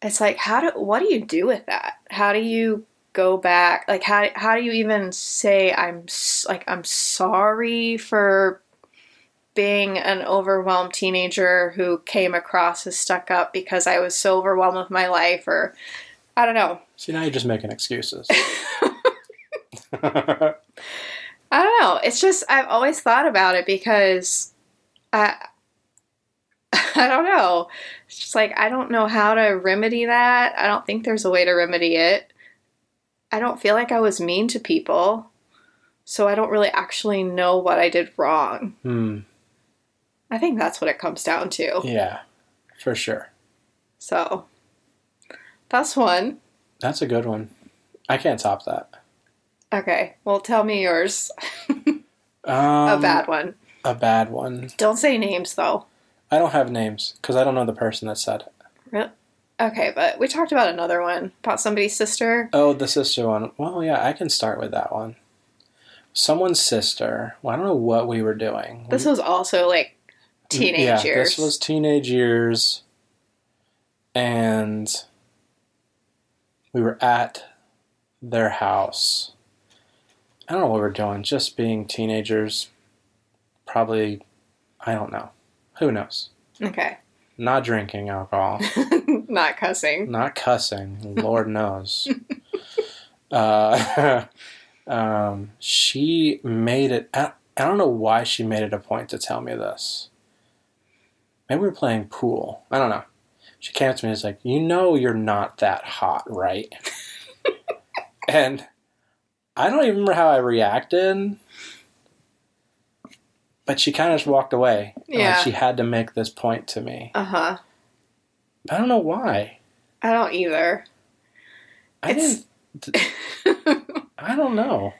[SPEAKER 1] it's like how do what do you do with that how do you go back like how how do you even say i'm s- like i'm sorry for being an overwhelmed teenager who came across as stuck up because i was so overwhelmed with my life or i don't know
[SPEAKER 2] See, now you're just making excuses.
[SPEAKER 1] I don't know. It's just I've always thought about it because I I don't know. It's just like I don't know how to remedy that. I don't think there's a way to remedy it. I don't feel like I was mean to people. So I don't really actually know what I did wrong.
[SPEAKER 2] Hmm.
[SPEAKER 1] I think that's what it comes down to.
[SPEAKER 2] Yeah, for sure.
[SPEAKER 1] So that's one.
[SPEAKER 2] That's a good one. I can't top that.
[SPEAKER 1] Okay. Well, tell me yours.
[SPEAKER 2] Um,
[SPEAKER 1] a bad one.
[SPEAKER 2] A bad one.
[SPEAKER 1] Don't say names though.
[SPEAKER 2] I don't have names because I don't know the person that said it.
[SPEAKER 1] Re- Okay, but we talked about another one about somebody's sister.
[SPEAKER 2] Oh, the sister one. Well, yeah, I can start with that one. Someone's sister. Well, I don't know what we were doing.
[SPEAKER 1] This
[SPEAKER 2] We-
[SPEAKER 1] was also like teenage
[SPEAKER 2] yeah,
[SPEAKER 1] years.
[SPEAKER 2] This was teenage years, and we were at their house. I don't know what we we're doing. Just being teenagers. Probably, I don't know. Who knows?
[SPEAKER 1] okay,
[SPEAKER 2] Not drinking alcohol.
[SPEAKER 1] not cussing.
[SPEAKER 2] not cussing lord knows uh, um, she made it I, I don't know why she made it a point to tell me this maybe we were playing pool i don't know she came up to me and was like you know you're not that hot right and i don't even remember how i reacted but she kind of just walked away And,
[SPEAKER 1] Yeah.
[SPEAKER 2] like, she had to make this point to me
[SPEAKER 1] Uh huh.
[SPEAKER 2] i don't know why
[SPEAKER 1] I don't either.
[SPEAKER 2] I
[SPEAKER 1] It's-
[SPEAKER 2] didn't. th- I don't know.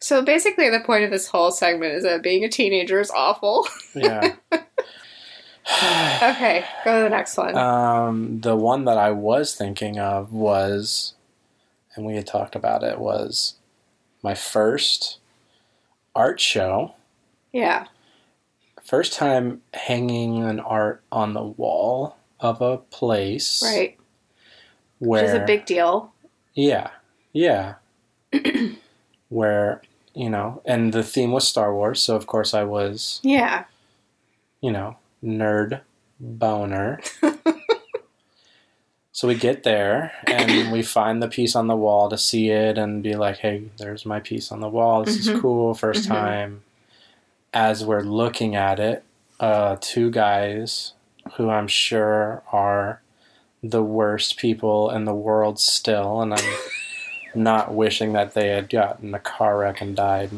[SPEAKER 1] So basically, the point of this whole segment is that being a teenager is awful.
[SPEAKER 2] Yeah.
[SPEAKER 1] okay, go to the next one.
[SPEAKER 2] um, the one that I was thinking of was, and we had talked about it, was my first art show.
[SPEAKER 1] yeah.
[SPEAKER 2] First time hanging an art on the wall of a place.
[SPEAKER 1] Right.
[SPEAKER 2] Where,
[SPEAKER 1] Which is a big deal.
[SPEAKER 2] Yeah. Yeah. where, you know, and the theme was Star Wars, so of course I was
[SPEAKER 1] Yeah.
[SPEAKER 2] you know, nerd boner. so we get there and we find the piece on the wall to see it and be like, hey, there's my piece on the wall. This
[SPEAKER 1] Mhm.
[SPEAKER 2] is cool. 1st
[SPEAKER 1] Mhm.
[SPEAKER 2] time. As we're looking at it, uh, two guys who I'm sure are the worst people in the world still, and I'm not wishing that they had gotten in a car wreck and died.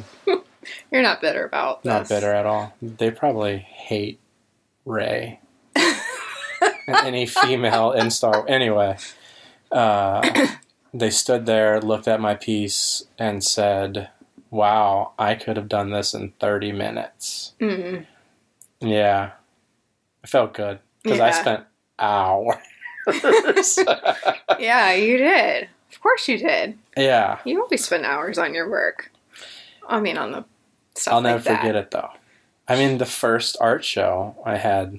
[SPEAKER 1] You're not bitter about this.
[SPEAKER 2] Not bitter at all. They probably hate Ray and any female in Star. Anyway, uh, they stood there, looked at my piece, and said, "Wow, I could have done this in 30 minutes."
[SPEAKER 1] Mm.
[SPEAKER 2] Yeah, it felt good because I
[SPEAKER 1] Yeah.
[SPEAKER 2] spent hours.
[SPEAKER 1] Yeah, you did. Of course you did.
[SPEAKER 2] yeah,
[SPEAKER 1] You always spend hours on your work. I mean, on the stuff
[SPEAKER 2] I'll never
[SPEAKER 1] like that.
[SPEAKER 2] forget it though. I mean, the first art show, I had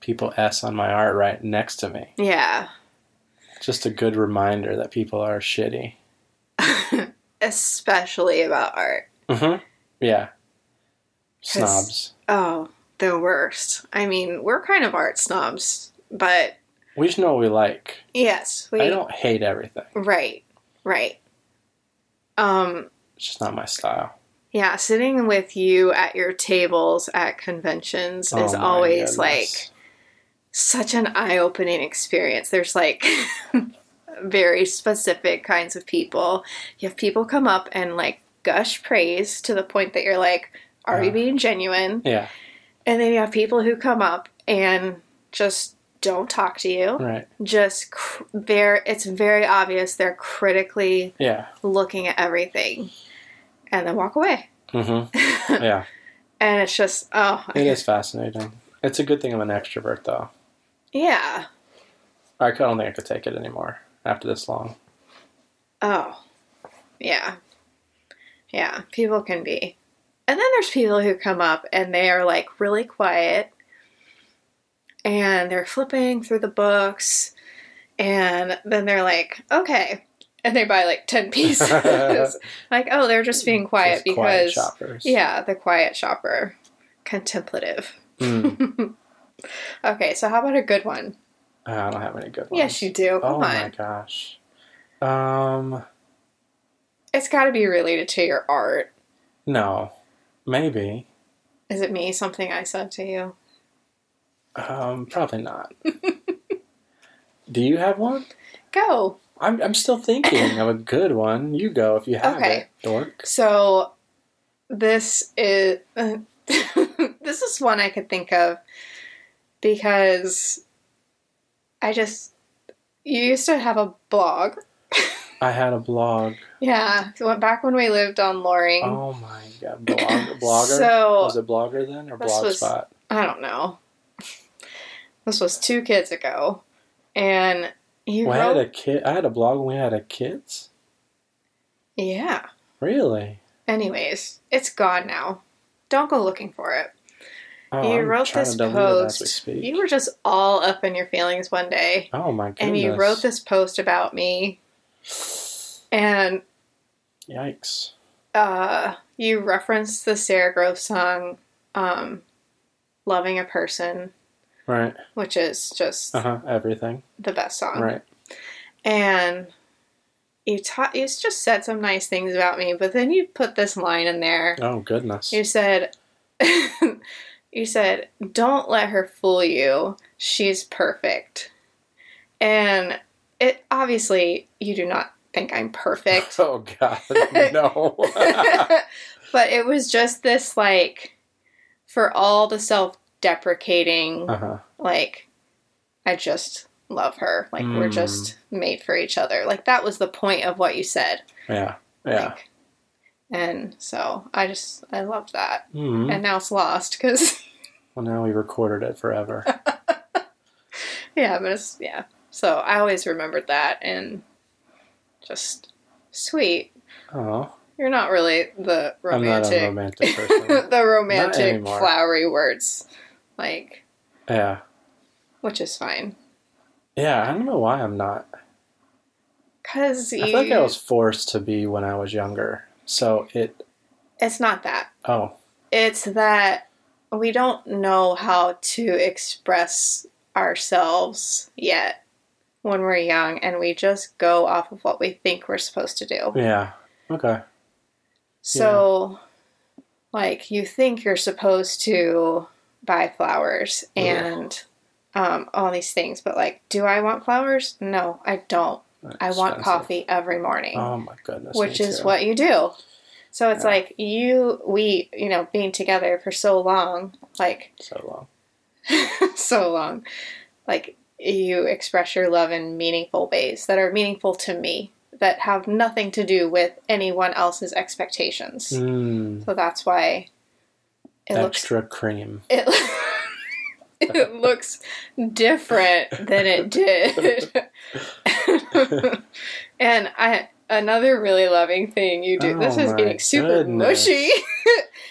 [SPEAKER 2] people S on my art right next to me.
[SPEAKER 1] Yeah.
[SPEAKER 2] just a good reminder that people are shitty.
[SPEAKER 1] Especially about art.
[SPEAKER 2] Mm-hmm. Yeah.
[SPEAKER 1] 'Cause-
[SPEAKER 2] Snobs.
[SPEAKER 1] Oh, the worst. I mean, we're kind of art snobs, but
[SPEAKER 2] We just know what we like.
[SPEAKER 1] yes, we
[SPEAKER 2] I don't hate everything.
[SPEAKER 1] right, right. Um,
[SPEAKER 2] It's just not my style.
[SPEAKER 1] yeah, sitting with you at your tables at conventions is
[SPEAKER 2] Oh my
[SPEAKER 1] always
[SPEAKER 2] goodness.
[SPEAKER 1] like such an eye-opening experience. There's like very specific kinds of people. You have people come up and like gush praise to the point that you're like, are you
[SPEAKER 2] Yeah.
[SPEAKER 1] being genuine?
[SPEAKER 2] Yeah.
[SPEAKER 1] And then you have people who come up and just don't talk to you.
[SPEAKER 2] Right.
[SPEAKER 1] Just cr- very, it's very obvious they're critically
[SPEAKER 2] Yeah.
[SPEAKER 1] looking at everything, and then walk away.
[SPEAKER 2] Mm-hmm.
[SPEAKER 1] and
[SPEAKER 2] Yeah.
[SPEAKER 1] it's just oh
[SPEAKER 2] It is fascinating. It's a good thing I'm an extrovert though.
[SPEAKER 1] yeah
[SPEAKER 2] I don't think I could take it anymore after this long.
[SPEAKER 1] oh yeah yeah people can be. And then there's people who come up and they are like really quiet, and they're flipping through the books, and then they're like okay. And they buy like 10 pieces. like, oh, they're just being quiet
[SPEAKER 2] Just
[SPEAKER 1] because
[SPEAKER 2] quiet shoppers.
[SPEAKER 1] Yeah, the quiet shopper. Contemplative.
[SPEAKER 2] Mm.
[SPEAKER 1] Okay, so how about a good one?
[SPEAKER 2] Ah, I don't have any good ones.
[SPEAKER 1] Yes, you do.
[SPEAKER 2] Oh
[SPEAKER 1] Come on.
[SPEAKER 2] my gosh. Um.
[SPEAKER 1] It's got to be related to your art.
[SPEAKER 2] No. Maybe.
[SPEAKER 1] Is it me, something I said to you?
[SPEAKER 2] Um. Probably not. Do you have one?
[SPEAKER 1] Go.
[SPEAKER 2] I'm, I'm still thinking of a good one. You go if you have
[SPEAKER 1] Okay.
[SPEAKER 2] it, dork.
[SPEAKER 1] So, this is. this is one I could think of because I just. You used to have a blog
[SPEAKER 2] I had a blog.
[SPEAKER 1] Yeah, so back when we lived on Loring.
[SPEAKER 2] Oh my god, blog, blogger.
[SPEAKER 1] So-
[SPEAKER 2] was it blogger then or
[SPEAKER 1] This was-
[SPEAKER 2] blogspot?
[SPEAKER 1] I don't know. This was two kids ago, and you
[SPEAKER 2] Well, I
[SPEAKER 1] wrote,
[SPEAKER 2] had a kid. I had a blog when we had a kids.
[SPEAKER 1] yeah.
[SPEAKER 2] Really?
[SPEAKER 1] Anyways, it's gone now. Don't go looking for it.
[SPEAKER 2] Oh,
[SPEAKER 1] you
[SPEAKER 2] I'm
[SPEAKER 1] wrote
[SPEAKER 2] trying
[SPEAKER 1] this
[SPEAKER 2] to delete it as we
[SPEAKER 1] post.
[SPEAKER 2] speak.
[SPEAKER 1] You were just all up in your feelings one day,
[SPEAKER 2] oh my goodness!
[SPEAKER 1] and you wrote this post about me, and
[SPEAKER 2] Yikes!
[SPEAKER 1] uh, you referenced the Sarah Grove song, um, "Loving a Person,"
[SPEAKER 2] Right.
[SPEAKER 1] which is just
[SPEAKER 2] Uh huh. Everything.
[SPEAKER 1] the best song.
[SPEAKER 2] Right.
[SPEAKER 1] and you taught you just said some nice things about me but then you put this line in there
[SPEAKER 2] Oh goodness.
[SPEAKER 1] you said you said don't let her fool you she's perfect and it obviously you do not think i'm perfect
[SPEAKER 2] Oh god, no.
[SPEAKER 1] but it was just this like for all the self-deprecating
[SPEAKER 2] uh huh.
[SPEAKER 1] like i just love her like we're
[SPEAKER 2] Mm.
[SPEAKER 1] just made for each other like that was the point of what you said
[SPEAKER 2] Yeah. Yeah.
[SPEAKER 1] like, and so i just i loved that
[SPEAKER 2] hmm
[SPEAKER 1] and now it's lost because
[SPEAKER 2] Well, now we recorded it forever.
[SPEAKER 1] yeah but it's yeah so i always remembered that and just sweet
[SPEAKER 2] Oh,
[SPEAKER 1] you're not really the
[SPEAKER 2] I'm not
[SPEAKER 1] romantic
[SPEAKER 2] a romantic person.
[SPEAKER 1] the
[SPEAKER 2] Not
[SPEAKER 1] romantic
[SPEAKER 2] anymore.
[SPEAKER 1] flowery words like
[SPEAKER 2] yeah.
[SPEAKER 1] which is fine
[SPEAKER 2] Yeah. I don't know why I'm not.
[SPEAKER 1] because
[SPEAKER 2] I feel like I was forced to be when I was younger. So it.
[SPEAKER 1] it's not that
[SPEAKER 2] Oh.
[SPEAKER 1] it's that we don't know how to express ourselves yet when we're young and we just go off of what we think we're supposed to do.
[SPEAKER 2] Yeah. Okay.
[SPEAKER 1] So like you think you're supposed to buy flowers
[SPEAKER 2] Ugh.
[SPEAKER 1] and um, all these things, but like, do I want flowers? No, I don't. I want
[SPEAKER 2] Expensive.
[SPEAKER 1] coffee every morning
[SPEAKER 2] Oh my goodness. me
[SPEAKER 1] which is
[SPEAKER 2] too.
[SPEAKER 1] what you do. So it's
[SPEAKER 2] Yeah.
[SPEAKER 1] like you, we, you know, being together for so long, like
[SPEAKER 2] So long.
[SPEAKER 1] so long, like you express your love in meaningful ways that are meaningful to me, that have nothing to do with anyone else's expectations.
[SPEAKER 2] Mm,
[SPEAKER 1] So that's why it looks
[SPEAKER 2] extra cream.
[SPEAKER 1] it. It looks different than it did. and I another really loving thing you do. this
[SPEAKER 2] Oh
[SPEAKER 1] is
[SPEAKER 2] my
[SPEAKER 1] getting super
[SPEAKER 2] goodness.
[SPEAKER 1] mushy.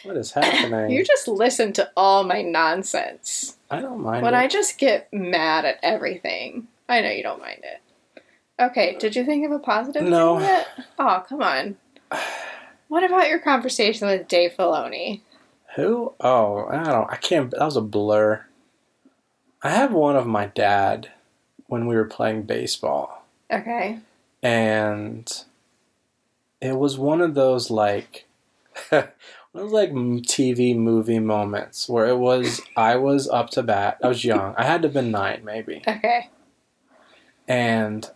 [SPEAKER 2] What is
[SPEAKER 1] you
[SPEAKER 2] happening?
[SPEAKER 1] just listen to all my nonsense.
[SPEAKER 2] I don't mind.
[SPEAKER 1] When
[SPEAKER 2] it.
[SPEAKER 1] I just get mad at everything. I know you don't mind it. Okay, did you think of a positive
[SPEAKER 2] No.
[SPEAKER 1] thing yet? Oh, come on. What about your conversation with Dave Filoni?
[SPEAKER 2] Who? Oh, I don't. I can't. That was a blur. I have one of my dad when we were playing baseball,
[SPEAKER 1] Okay.
[SPEAKER 2] and it was one of those like, one of those like m- TV movie moments where it was I was up to bat. I was young. I had to have been nine, maybe,
[SPEAKER 1] Okay.
[SPEAKER 2] and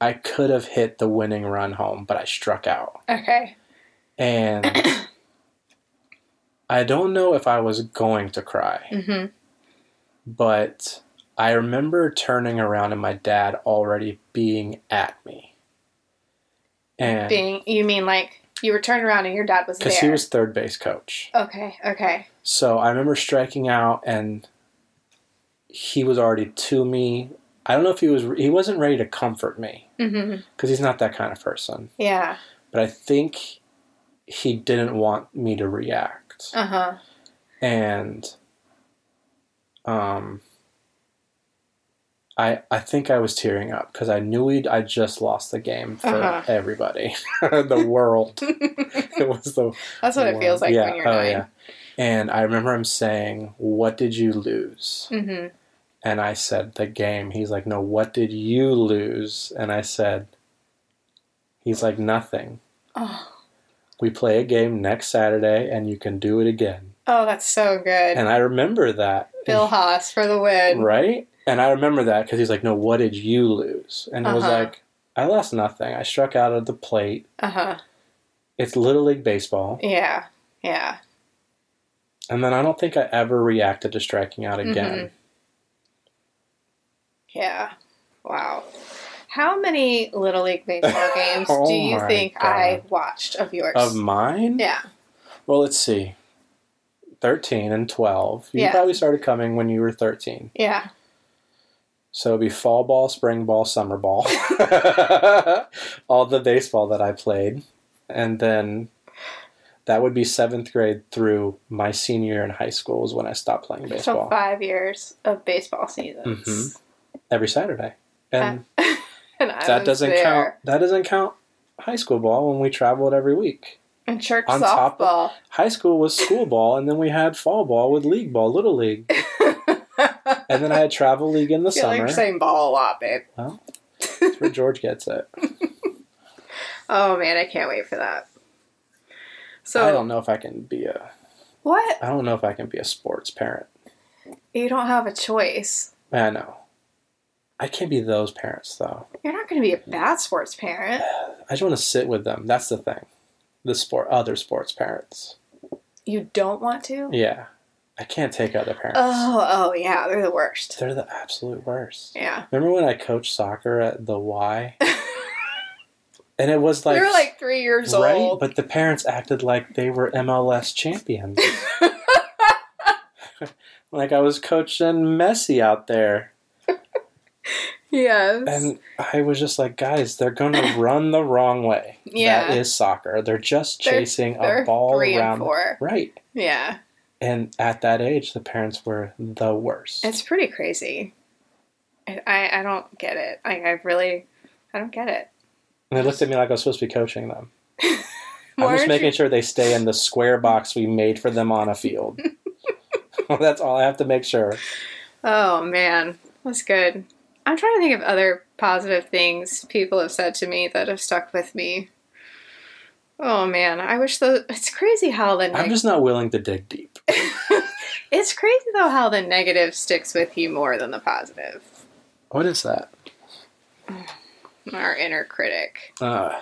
[SPEAKER 2] I could have hit the winning run home, but I struck out.
[SPEAKER 1] Okay.
[SPEAKER 2] and I don't know if I was going to cry,
[SPEAKER 1] Mhm.
[SPEAKER 2] but I remember turning around and my dad already being at me. And
[SPEAKER 1] Being you mean like you were turned around and your dad was there.
[SPEAKER 2] because he was third base coach.
[SPEAKER 1] okay, okay.
[SPEAKER 2] So I remember striking out and he was already to me. I don't know if he was he wasn't ready to comfort me
[SPEAKER 1] Mhm.
[SPEAKER 2] because he's not that kind of person,
[SPEAKER 1] Yeah.
[SPEAKER 2] but I think he didn't want me to react.
[SPEAKER 1] Uh-huh.
[SPEAKER 2] and um I, I think I was tearing up because I knew we'd I just lost the game for
[SPEAKER 1] Uh-huh.
[SPEAKER 2] everybody, the world. it was the
[SPEAKER 1] That's what it
[SPEAKER 2] world.
[SPEAKER 1] feels like when you're
[SPEAKER 2] oh,
[SPEAKER 1] nine.
[SPEAKER 2] yeah. And I remember him saying, "What did you lose?"
[SPEAKER 1] hmm
[SPEAKER 2] And I said, "The game." He's like, "No, what did you lose?" And I said, "He's like nothing.
[SPEAKER 1] Oh,
[SPEAKER 2] We play a game next Saturday, and you can do it again."
[SPEAKER 1] oh, that's so good.
[SPEAKER 2] And I remember that.
[SPEAKER 1] Bill Haas for the win.
[SPEAKER 2] Right? And I remember that because he's like, no, what did you lose? And it was
[SPEAKER 1] Uh-huh.
[SPEAKER 2] like, I lost nothing. I struck out of the plate.
[SPEAKER 1] Uh huh.
[SPEAKER 2] It's Little League Baseball.
[SPEAKER 1] Yeah. Yeah.
[SPEAKER 2] And then I don't think I ever reacted to
[SPEAKER 1] Mm-hmm.
[SPEAKER 2] striking out again.
[SPEAKER 1] Yeah. Wow. How many Little League baseball games
[SPEAKER 2] Oh
[SPEAKER 1] do you
[SPEAKER 2] my
[SPEAKER 1] think I watched of yours?
[SPEAKER 2] Of mine?
[SPEAKER 1] yeah.
[SPEAKER 2] Well, let's see. 13 and 12. You
[SPEAKER 1] Yeah.
[SPEAKER 2] probably started coming when you were 13.
[SPEAKER 1] Yeah.
[SPEAKER 2] So it'd be fall ball, spring ball, summer ball. All the baseball that I played. And then that would be seventh grade through my senior year in high school is when I stopped playing
[SPEAKER 1] So
[SPEAKER 2] baseball. Mm-hmm.
[SPEAKER 1] five years of baseball seasons.
[SPEAKER 2] Every Saturday. And
[SPEAKER 1] And I
[SPEAKER 2] that
[SPEAKER 1] was
[SPEAKER 2] doesn't
[SPEAKER 1] there.
[SPEAKER 2] count that doesn't count high school ball when we traveled every week.
[SPEAKER 1] And church
[SPEAKER 2] on top
[SPEAKER 1] softball.
[SPEAKER 2] High school was school ball and then we had fall ball with league ball, little league. And then I had travel league in the
[SPEAKER 1] feel like
[SPEAKER 2] summer.
[SPEAKER 1] you're saying ball a lot, babe.
[SPEAKER 2] That's where George gets it.
[SPEAKER 1] Oh man, I can't wait for that.
[SPEAKER 2] I
[SPEAKER 1] So
[SPEAKER 2] don't know if I can be a
[SPEAKER 1] what?
[SPEAKER 2] I don't know if I can be a sports parent.
[SPEAKER 1] You don't have a choice.
[SPEAKER 2] I know. I can't be those parents though.
[SPEAKER 1] You're not going to be a bad sports parent.
[SPEAKER 2] I just want to sit with them. That's the thing. The sport other sports parents.
[SPEAKER 1] You don't want to?
[SPEAKER 2] Yeah. I can't take other parents.
[SPEAKER 1] Oh, oh yeah, they're the worst.
[SPEAKER 2] They're the absolute worst.
[SPEAKER 1] Yeah.
[SPEAKER 2] Remember when I coached soccer at the Y? and it was like
[SPEAKER 1] they were like 3 years
[SPEAKER 2] right,
[SPEAKER 1] old.
[SPEAKER 2] but the parents acted like they were MLS champions. like I was coaching Messi out there.
[SPEAKER 1] yes.
[SPEAKER 2] And I was just like, guys, they're going to run the wrong way.
[SPEAKER 1] Yeah.
[SPEAKER 2] That is soccer. They're just
[SPEAKER 1] They're-
[SPEAKER 2] chasing
[SPEAKER 1] they're
[SPEAKER 2] a ball
[SPEAKER 1] 3
[SPEAKER 2] around.
[SPEAKER 1] and 4.
[SPEAKER 2] Right.
[SPEAKER 1] Yeah.
[SPEAKER 2] And at that age, the parents were the worst.
[SPEAKER 1] It's pretty crazy. I I, I don't get it. Like I really I don't get it.
[SPEAKER 2] and they looked at me like I was supposed to be coaching them.
[SPEAKER 1] Why
[SPEAKER 2] I'm just
[SPEAKER 1] aren't
[SPEAKER 2] making
[SPEAKER 1] you-
[SPEAKER 2] sure they stay in the square box we made for them on a field. That's all I have to make sure.
[SPEAKER 1] Oh man, that's good. I'm trying to think of other positive things people have said to me that have stuck with me. Oh man, I wish the it's crazy how the neg-
[SPEAKER 2] I'm just not willing to dig deep.
[SPEAKER 1] it's crazy though how the negative sticks with you more than the positive.
[SPEAKER 2] What is that?
[SPEAKER 1] Our inner critic.
[SPEAKER 2] Uh,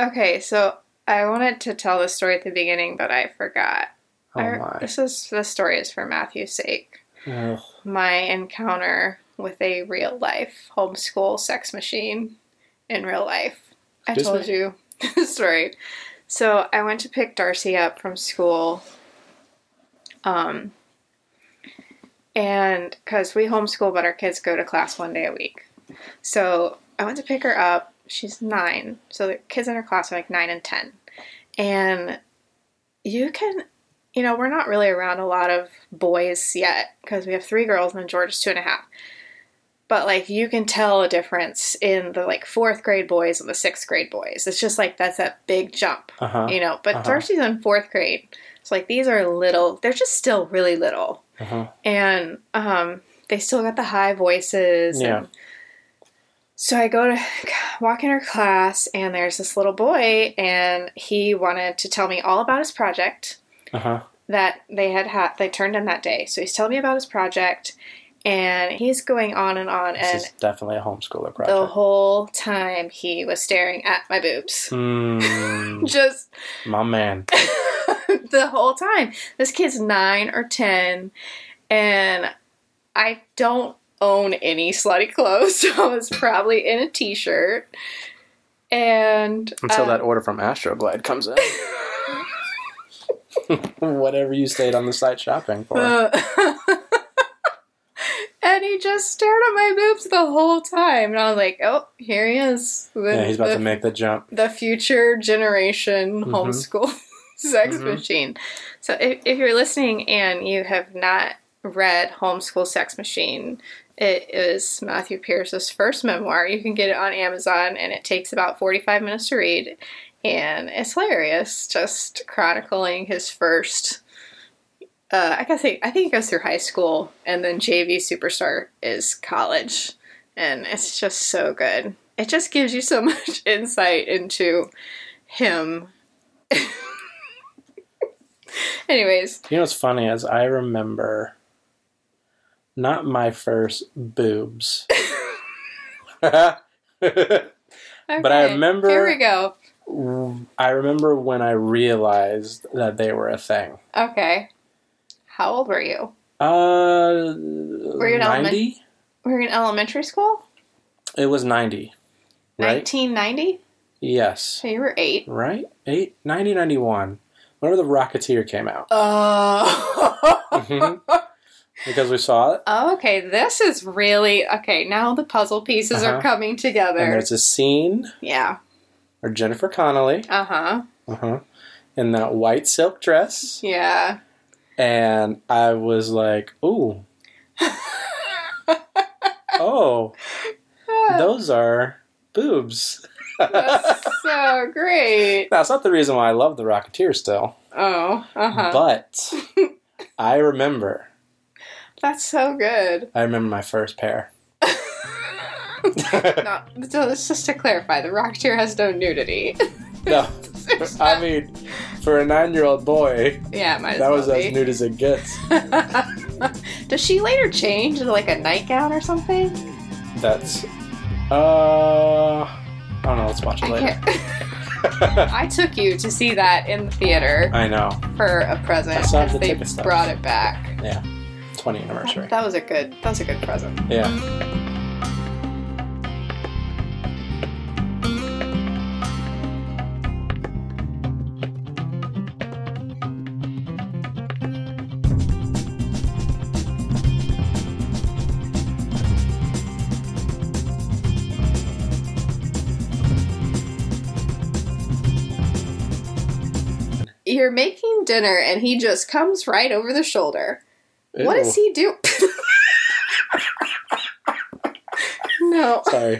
[SPEAKER 1] Okay, so I wanted to tell the story at the beginning, but I forgot.
[SPEAKER 2] oh
[SPEAKER 1] I-
[SPEAKER 2] my. Oh,
[SPEAKER 1] This is the story is for Matthew's sake.
[SPEAKER 2] Ugh.
[SPEAKER 1] My encounter with a real life homeschool sex machine in real life. I
[SPEAKER 2] Excuse
[SPEAKER 1] told
[SPEAKER 2] me?
[SPEAKER 1] you this story. So I went to pick Darcy up from school. Um, and because we homeschool, but our kids go to class one day a week. So I went to pick her up. She's nine. So the kids in her class are like nine and 10. And you can, you know, we're not really around a lot of boys yet because we have three girls and then George is two and a half but like you can tell a difference in the like fourth grade boys and the sixth grade boys. It's just like that's a big jump,
[SPEAKER 2] Uh-huh.
[SPEAKER 1] you know. But
[SPEAKER 2] uh-huh.
[SPEAKER 1] Darcy's in fourth grade, so like these are little. They're just still really little,
[SPEAKER 2] Uh-huh.
[SPEAKER 1] and um, they still got the high voices.
[SPEAKER 2] Yeah.
[SPEAKER 1] And so I go to walk in her class, and there's this little boy, and he wanted to tell me all about his project
[SPEAKER 2] Uh-huh.
[SPEAKER 1] that they had had they turned in that day. So he's telling me about his project, and he's going on and on,
[SPEAKER 2] This
[SPEAKER 1] and
[SPEAKER 2] is definitely a homeschooler
[SPEAKER 1] the
[SPEAKER 2] project.
[SPEAKER 1] whole time he was staring at my boobs.
[SPEAKER 2] Mm,
[SPEAKER 1] Just
[SPEAKER 2] my man.
[SPEAKER 1] the whole time. This kid's nine or ten, and I don't own any slutty clothes, so I was probably in a t shirt. And
[SPEAKER 2] Until
[SPEAKER 1] um,
[SPEAKER 2] that order from Astroglide comes in. Whatever you stayed on the site shopping for.
[SPEAKER 1] Uh, and he just stared at my boobs the whole time, and I was like, "Oh, here he is." The,
[SPEAKER 2] yeah, he's about
[SPEAKER 1] the
[SPEAKER 2] to make the jump.
[SPEAKER 1] the future generation
[SPEAKER 2] Mhm.
[SPEAKER 1] homeschool sex
[SPEAKER 2] Mhm.
[SPEAKER 1] machine. So if, if you're listening and you have not read Homeschool Sex Machine, it is Matthew Pierce's first memoir. You can get it on Amazon and it takes about 45 minutes to read. And it's hilarious, just chronicling his first. Uh, I guess I think it goes through high school, and then JV Superstar is college and it's just so good. It just gives you so much insight into him. Anyways,
[SPEAKER 2] You know what's funny is I remember not my first boobs. but I
[SPEAKER 1] okay,
[SPEAKER 2] remember-
[SPEAKER 1] Here we go.
[SPEAKER 2] I remember when I realized that they were a thing.
[SPEAKER 1] Okay, how old were you?
[SPEAKER 2] Uh
[SPEAKER 1] you in
[SPEAKER 2] 90?
[SPEAKER 1] Were you in elementary school?
[SPEAKER 2] It was 90. Right?
[SPEAKER 1] 1990?
[SPEAKER 2] Yes.
[SPEAKER 1] So you were eight.
[SPEAKER 2] Right? 8 90 91. Whenever the Rocketeer came out. Uh.
[SPEAKER 1] Oh.
[SPEAKER 2] Mhm. Because we saw it.
[SPEAKER 1] okay, this is really. Okay, now the puzzle pieces
[SPEAKER 2] Uh-huh.
[SPEAKER 1] are coming
[SPEAKER 2] And
[SPEAKER 1] together.
[SPEAKER 2] there's a scene
[SPEAKER 1] Yeah.
[SPEAKER 2] where Jennifer Connelly
[SPEAKER 1] Uh huh.
[SPEAKER 2] uh-huh, in that white silk dress.
[SPEAKER 1] Yeah.
[SPEAKER 2] And I was like, ooh. oh, those are boobs.
[SPEAKER 1] That's so great.
[SPEAKER 2] That's not the reason why I love The Rocketeer still,
[SPEAKER 1] Oh, uh huh.
[SPEAKER 2] but I remember.
[SPEAKER 1] That's so good.
[SPEAKER 2] I remember my first pair.
[SPEAKER 1] No, so this just to clarify, the Rocketeer has no nudity.
[SPEAKER 2] no, I mean, for a nine-year-old boy,
[SPEAKER 1] yeah, it might as
[SPEAKER 2] that
[SPEAKER 1] well
[SPEAKER 2] was as
[SPEAKER 1] be.
[SPEAKER 2] nude as it gets.
[SPEAKER 1] Does she later change to like a nightgown or something?
[SPEAKER 2] That's, uh, I don't know. Let's watch it
[SPEAKER 1] I
[SPEAKER 2] later.
[SPEAKER 1] can't. I took you to see that in the theater
[SPEAKER 2] I know.
[SPEAKER 1] for a present.
[SPEAKER 2] I saw
[SPEAKER 1] and
[SPEAKER 2] the
[SPEAKER 1] they
[SPEAKER 2] ticket stubs.
[SPEAKER 1] brought it back.
[SPEAKER 2] Yeah, 20 anniversary.
[SPEAKER 1] That was a good. That was a good present.
[SPEAKER 2] Yeah.
[SPEAKER 1] You're making dinner, and he just comes right over the shoulder. What does he do? no.
[SPEAKER 2] Sorry.